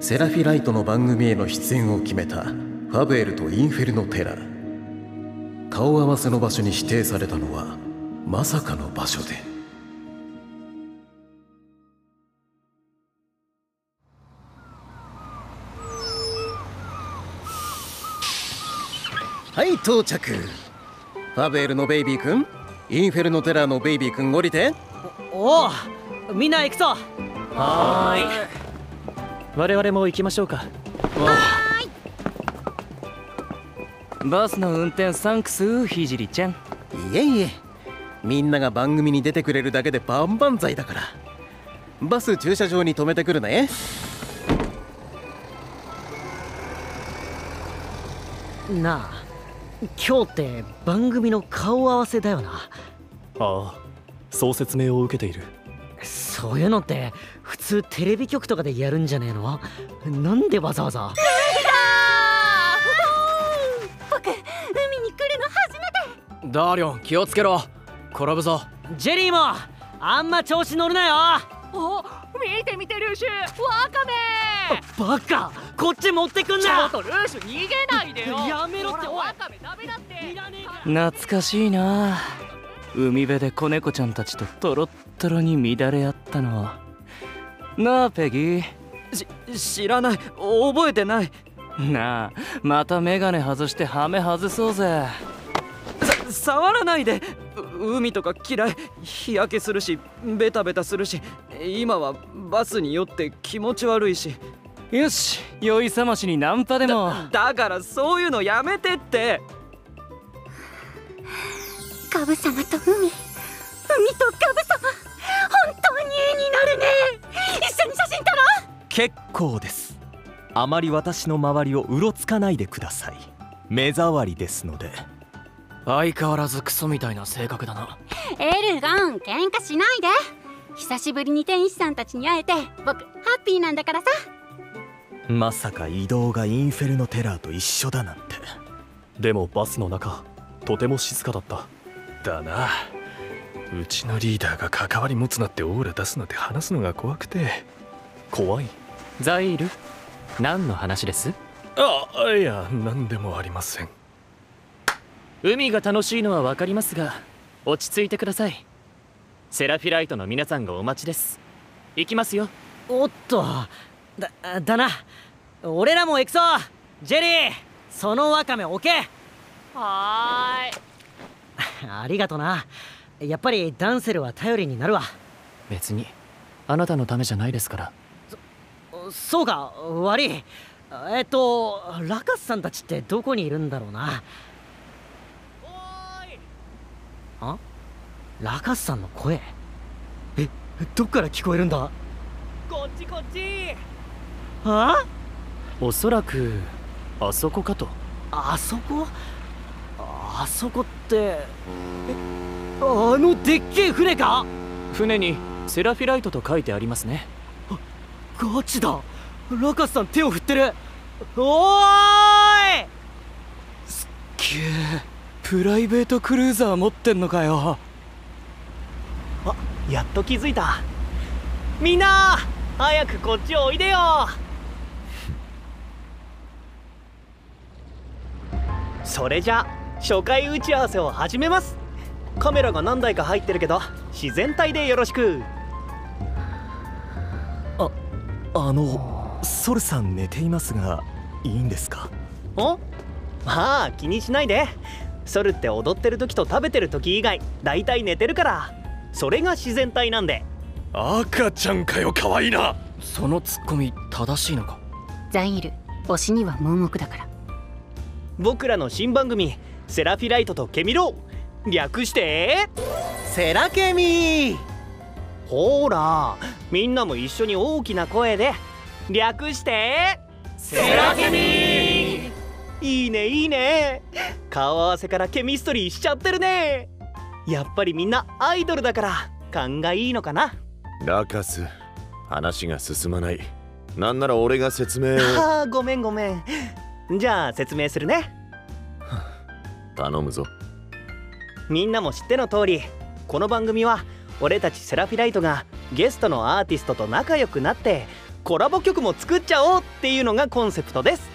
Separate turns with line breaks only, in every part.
セラフィライトの番組への出演を決めたファブエルとインフェルノ・テラ顔合わせの場所に指定されたのはまさかの場所ではい到着ファブエルのベイビー君インフェルノ・テラのベイビー君降りて
おおみんな行くぞ
はーい我々も行きましょうかバスの運転サンクスひじりちゃん
いえいえみんなが番組に出てくれるだけで万々歳だからバス駐車場に止めてくるね
なあ今日って番組の顔合わせだよな
ああそう説明を受けている
そういうのって普通テレビ局とかでやるんじゃねえのなんでわざわざ
僕海に来るの初めて
ダーリョン気をつけろ転ぶぞ
ジェリーもあんま調子乗るなよ
お見て見てルーシュワカメ
バカこっち持ってくん
ちょ
な
っとルーシュ逃げないでよ
やめろって
ほら
おい
ワカメダメだって
いらねえから
懐かしいな海辺で子猫ちゃんたちとトロットロに乱れ合ったのはなあペギー知らない覚えてないなあまたメガネ外してハメ外そうぜ
触らないでう海とか嫌い日焼けするしベタベタするし今はバスに酔って気持ち悪いし
よし酔い覚ましにナンパでも
だからそういうのやめてって
ガブ様と海海とガブ様本当に絵になるね一緒に写真撮ろ
結構ですあまり私の周りをうろつかないでください目障りですので
相変わらずクソみたいな性格だな
エルガン喧嘩しないで久しぶりに天使さんたちに会えて僕ハッピーなんだからさ
まさか移動がインフェルノテラーと一緒だなんて
でもバスの中とても静かだった
だなうちのリーダーが関わり持つなってオーラ出すなんて話すのが怖くて
怖いザイール何の話です
あいや何でもありません
海が楽しいのは分かりますが落ち着いてくださいセラフィライトの皆さんがお待ちです行きますよ
おっとだだな俺らも行くぞジェリーそのワカメ置け
は
ありがとなやっぱりダンセルは頼りになるわ
別にあなたのためじゃないですから
そうか悪いえっとラカスさんたちってどこにいるんだろうなあラカスさんの声えどっから聞こえるんだ
こっちこっち
あ
おそらくあそこかと
あそこあそこってえあのでっけえ船か
船にセラフィライトと書いてありますね
ガチだラカスさん手を振ってるおーい
きゅプライベートクルーザー持ってんのかよ
やっと気づいたみんな早くこっちおいでよそれじゃ初回打ち合わせを始めますカメラが何台か入ってるけど自然体でよろしく
あのソルさん寝ていますがいいんですか
おまあ気にしないでソルって踊ってる時と食べてる時以外だいたい寝てるからそれが自然体なんで
赤ちゃんかよ可愛いな
そのツッコミ正しいのか
ザイール推しには盲目だから
僕らの新番組「セラフィライトとケミロ」略してセラケミほらみんなも一緒に大きな声で略してセラケミいいねいいね顔合わせからケミストリーしちゃってるねやっぱりみんなアイドルだから勘がいいのかな
ラカス話が進まないなんなら俺が説明を
あーごめんごめんじゃあ説明するね
頼むぞ
みんなも知っての通りこの番組は俺たちセラフィライトがゲストのアーティストと仲良くなって
コラボ曲も作っちゃおうっていうのがコンセプトです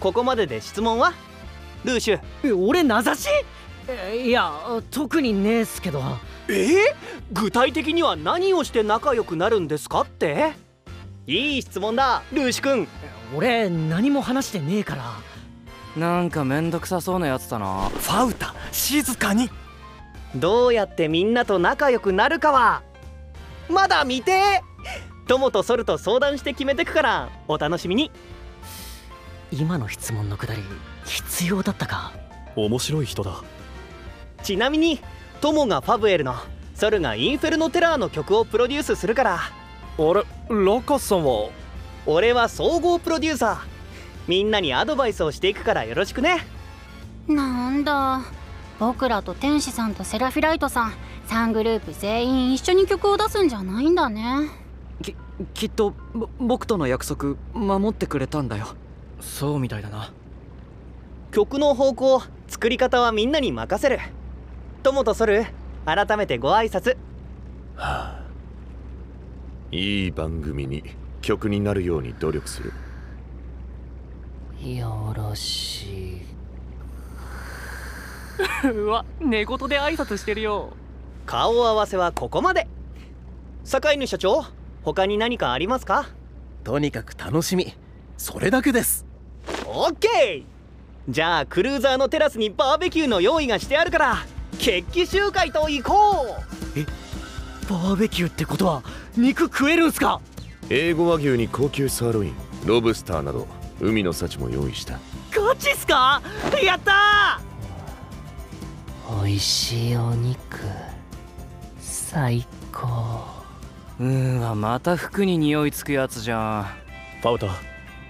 ここまでで質問はルーシュ
俺名指しえいや特にねえっすけど
えー、具体的には何をして仲良くなるんですかっていい質問だルーシュ君
俺何も話してねえから
なんかめんどくさそうなやつだな
ファウタ静かに
どうやってみんなと仲良くなるかはまだ未定友とソルと相談して決めてくからお楽しみに
今の質問のくだり必要だったか
面白い人だ
ちなみに友がファブエルのソルがインフェルノテラーの曲をプロデュースするから
あれラカスさんは
俺は総合プロデューサーみんなにアドバイスをしていくからよろしくね
なんだ僕らと天使さんとセラフィライトさん3グループ全員一緒に曲を出すんじゃないんだね
ききっとぼ僕との約束守ってくれたんだよ
そうみたいだな
曲の方向作り方はみんなに任せる友とソル改めてご挨拶
はあいい番組に曲になるように努力する
よろしい
うわ寝言で挨拶してるよ
顔合わせはここまで坂犬社長他に何かありますか
とにかく楽しみそれだけです
オッケーじゃあクルーザーのテラスにバーベキューの用意がしてあるから決起集会と行こ
うえバーベキューってことは肉食えるんすか
英語和牛に高級サーロインロブスターなど海の幸も用意した
ガチっすかやった
ー美味しいお肉最高
うーわまた服に匂いつくやつじゃん
パウタ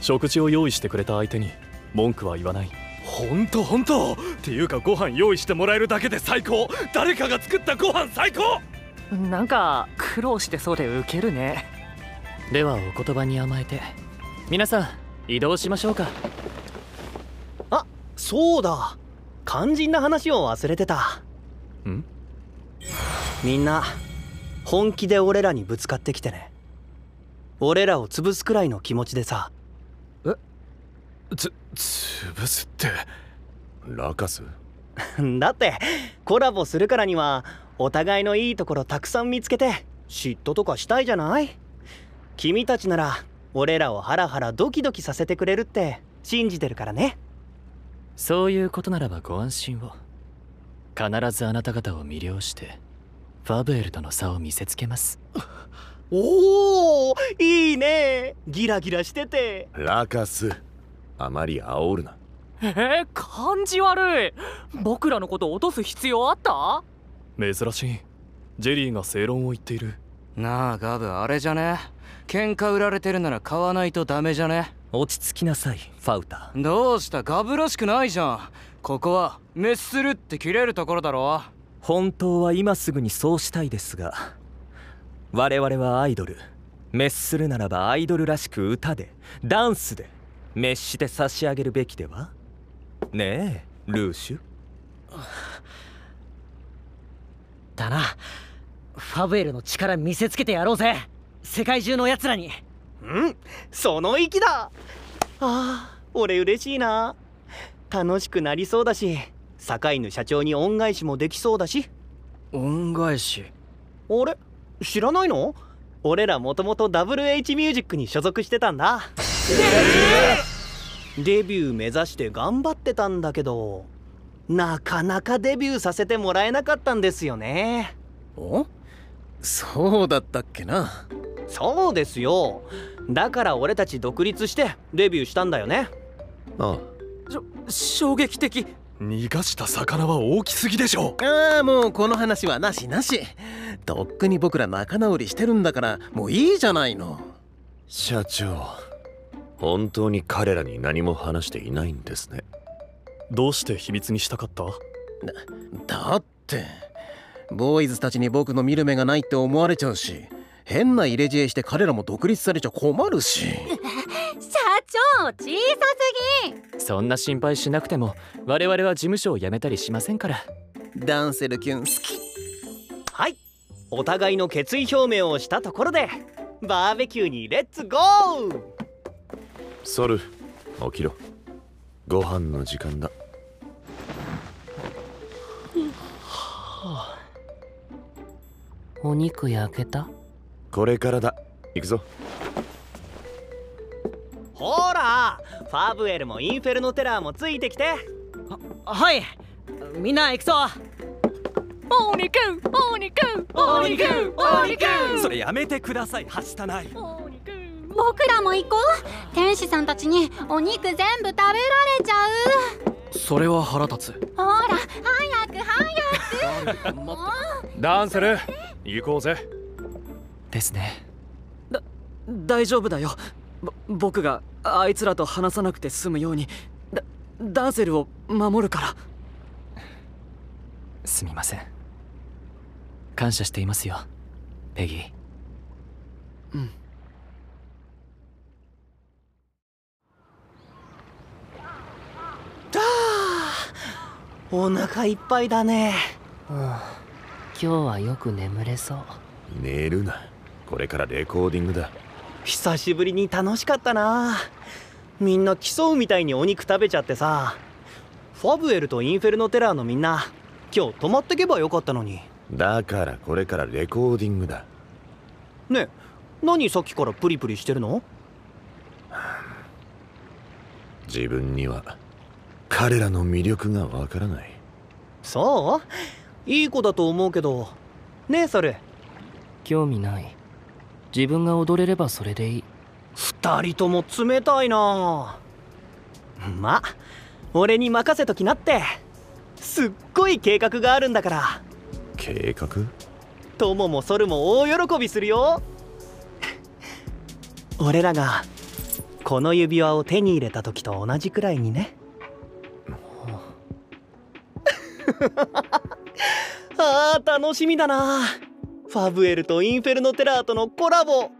食事を用意してくれた相手に文句は言わないほんとほんとっていうかご飯用意してもらえるだけで最高誰かが作ったご飯最高
なんか苦労してそうでウケるね
ではお言葉に甘えて皆さん移動しましょうか
あそうだ肝心な話を忘れてた
ん
みんな本気で俺らにぶつかってきてね俺らを潰すくらいの気持ちでさ
えつ潰すって
ラカス
だってコラボするからにはお互いのいいところたくさん見つけて嫉妬とかしたいじゃない君たちなら俺らをハラハラドキドキさせてくれるって信じてるからね
そういうことならばご安心を必ずあなた方を魅了してファブエルとの差を見せつけます
おおいいねギラギラしてて
ラカスあまり煽るな
えー、感じ悪い僕らのこと落とす必要あった
珍しいジェリーが正論を言っている
なあガブあれじゃね喧嘩売られてるなら買わないとダメじゃね
落ち着きなさいファウタ
どうしたガブらしくないじゃんここは滅するって切れるところだろ
本当は今すぐにそうしたいですが我々はアイドル滅するならばアイドルらしく歌でダンスで滅して差し上げるべきではねえルーシュ
だなファブエルの力見せつけてやろうぜ世界中の奴らに
うんその意気だあ俺嬉しいな楽しくなりそうだし坂犬社長に恩返しもできそうだし
恩返し
あれ知らないの俺らもともと WH ミュージックに所属してたんだ、えー、デビュー目指して頑張ってたんだけどなかなかデビューさせてもらえなかったんですよね
おそうだったっけな
そうですよだから俺たち独立してデビューしたんだよね
ああ
衝撃的
逃がした魚は大きすぎでしょ
ああもうこの話はなしなしとっくに僕ら仲直りしてるんだからもういいじゃないの
社長本当に彼らに何も話していないんですね
どうして秘密にしたかった
だだってボーイズたちに僕の見る目がないって思われちゃうし変な入れ知恵して彼らも独立されちゃ困るし
社長小さすぎ
そんな心配しなくても我々は事務所を辞めたりしませんから
ダンセルキュン好き
はいお互いの決意表明をしたところでバーベキューにレッツゴー
ソル起きろご飯の時間だ
お肉焼けた
これからだ行くぞ
ほらファブエルもインフェルノテラーもついてきて
はいみんな行くぞ
お肉お肉お肉お肉
それやめてくださいはしたない
僕らも行こう天使さんたちにお肉全部食べられちゃう
それは腹立つ
ほら早く早くもう
ダンセル行こうぜ
ですね
大丈夫だよぼ僕があいつらと話さなくて済むようにだダンセルを守るから
すみません感謝していますよペギー
だーお腹いっぱいだね
うん今日はよく眠れそう
寝るなこれからレコーディングだ
久しぶりに楽しかったなみんな競うみたいにお肉食べちゃってさファブエルとインフェルノテラーのみんな今日泊まってけばよかったのに
だからこれからレコーディングだ
ねえ何さっきからプリプリしてるの
自分には彼らの魅力がわからない
そういい子だと思うけどねえソル
興味ない自分が踊れればそれでいい
二人とも冷たいなま俺に任せときなってすっごい計画があるんだから
計画
友もソルも大喜びするよ俺らがこの指輪を手に入れた時と同じくらいにねあー楽しみだなファブエルとインフェルノテラーとのコラボ